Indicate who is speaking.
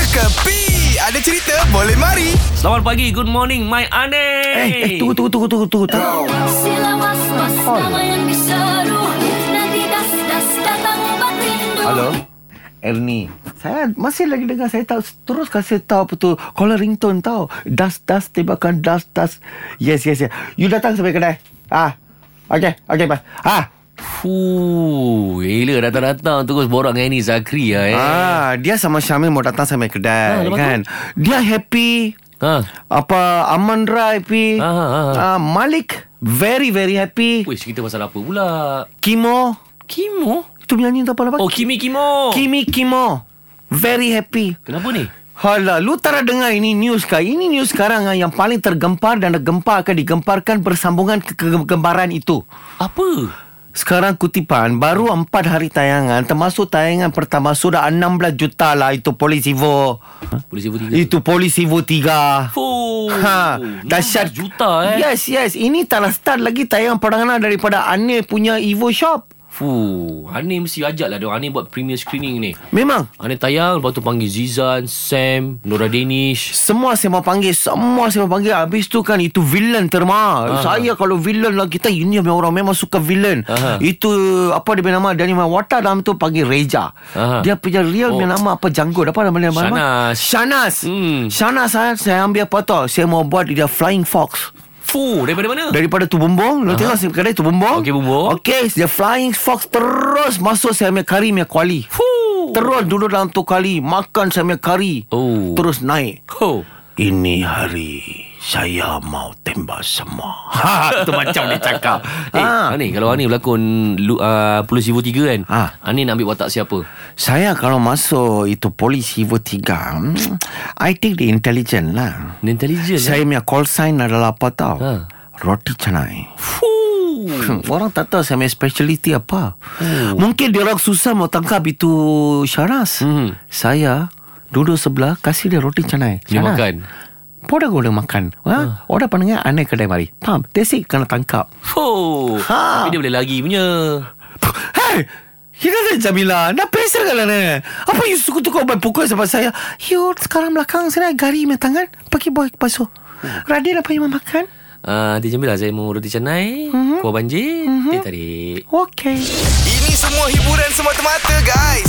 Speaker 1: Kepi Ada cerita boleh mari
Speaker 2: Selamat pagi, good morning, my Anis.
Speaker 3: Eh, eh, tunggu, tunggu, tunggu, tunggu, tunggu.
Speaker 4: Sila was-was nama yang diseru Nanti das-das datang obat rindu
Speaker 3: Hello? Ernie Saya masih lagi dengar Saya tahu Terus kasi tahu apa tu Caller ringtone tahu Das das Tembakan das das Yes yes yes You datang sampai kedai Ah Okay Okay bye Ah
Speaker 2: Fuh, gila datang-datang terus borak dengan ni Zakri lah eh.
Speaker 3: Ah, dia sama Syamil mau datang sampai
Speaker 2: Ah,
Speaker 3: kedai
Speaker 2: lepas
Speaker 3: kan. Dia happy.
Speaker 2: Ha.
Speaker 3: Apa Amandra happy.
Speaker 2: Ah, ah, ah.
Speaker 3: Ah, Malik very very happy.
Speaker 2: Wih, cerita pasal apa pula?
Speaker 3: Kimo
Speaker 2: Kimo?
Speaker 3: tu penyanyi tak apa-apa.
Speaker 2: Oh, Kimi Kimo.
Speaker 3: Kimi Kimo very happy.
Speaker 2: Kenapa ni?
Speaker 3: Hala, lu tak ada dengar ini news kah? Ini news sekarang ah, yang paling tergempar dan gempa akan digemparkan bersambungan ke kegembaran itu.
Speaker 2: Apa?
Speaker 3: Sekarang kutipan baru 4 hari tayangan termasuk tayangan pertama sudah 16 juta lah itu Polisivo.
Speaker 2: Boleh sewa tiga.
Speaker 3: Itu Polisivo 3.
Speaker 2: Fuh.
Speaker 3: Ha,
Speaker 2: 16 Oh,
Speaker 3: dahsyat Ya.
Speaker 2: juta eh.
Speaker 3: Yes, yes. Ini tak nak start lagi tayangan perdana daripada Anil punya Evo Shop.
Speaker 2: Fuh, Ani mesti ajak lah dia. Ani buat premier screening ni.
Speaker 3: Memang
Speaker 2: Ani tayang, lepas tu panggil Zizan, Sam, Nora Danish.
Speaker 3: semua saya panggil Semua saya panggil Habis tu kan Itu villain terma
Speaker 2: Ah.
Speaker 3: Saya kalau villain lah Kita ini punya orang Memang suka villain
Speaker 2: Aha.
Speaker 3: Itu Apa dia punya nama Dia punya watak dalam tu Panggil Reja
Speaker 2: Aha.
Speaker 3: Dia punya real
Speaker 2: Oh.
Speaker 3: punya nama Apa janggut Apa nama dia nama?
Speaker 2: Shanas.
Speaker 3: Shanas
Speaker 2: Hmm.
Speaker 3: Shanas saya, saya ambil apa tau Saya mau buat Dia flying fox
Speaker 2: Fuh, daripada mana?
Speaker 3: Daripada tu bumbung Lu tengok si kedai tu bumbung
Speaker 2: Okey, bumbung.
Speaker 3: Okey Dia flying fox Terus masuk saya punya kari punya kuali
Speaker 2: Fuh.
Speaker 3: Terus duduk dalam tu kali Makan saya punya kari
Speaker 2: Oh.
Speaker 3: Terus naik
Speaker 2: Oh.
Speaker 3: Ini hari Saya mau tembak semua Ha Itu macam dia cakap
Speaker 2: Eh,
Speaker 3: ha.
Speaker 2: Ani kalau Ani berlakon lu, uh, Polisi Vo 3 kan
Speaker 3: Ah.
Speaker 2: Ani nak ambil watak siapa?
Speaker 3: Saya kalau masuk Itu polis Evo 3 hmm, I think the intelligent lah
Speaker 2: Ni Intelligent kan?
Speaker 3: Saya punya call sign adalah apa tau
Speaker 2: Ya. Ha.
Speaker 3: Roti canai
Speaker 2: Fuh.
Speaker 3: Hmm, orang tak tahu saya punya speciality apa. Oh. Mungkin dia orang susah mau tangkap itu Syaras.
Speaker 2: Hmm.
Speaker 3: Saya duduk sebelah kasih dia roti canai.
Speaker 2: Dia
Speaker 3: Syaras,
Speaker 2: makan. Ah.
Speaker 3: Poda kau dia makan. Ha? Uh. Orang pandangan aneh kedai mari. Faham? Desi kena tangkap.
Speaker 2: Fuh.
Speaker 3: Ha.
Speaker 2: Tapi dia boleh lagi punya
Speaker 3: Hey! Kita ada Jamila Nak pressure kan lah ni Apa you suka tu kau buat pukul sebab saya You sekarang belakang Saya nak gari punya tangan Pakai buah basuh Radin apa yang mau makan
Speaker 2: uh, Teh Jamila saya mau roti canai
Speaker 3: Mhm.
Speaker 2: mm-hmm. Kuah banjir mm-hmm. Teh tarik
Speaker 3: Okay
Speaker 1: Ini semua hiburan semata-mata guys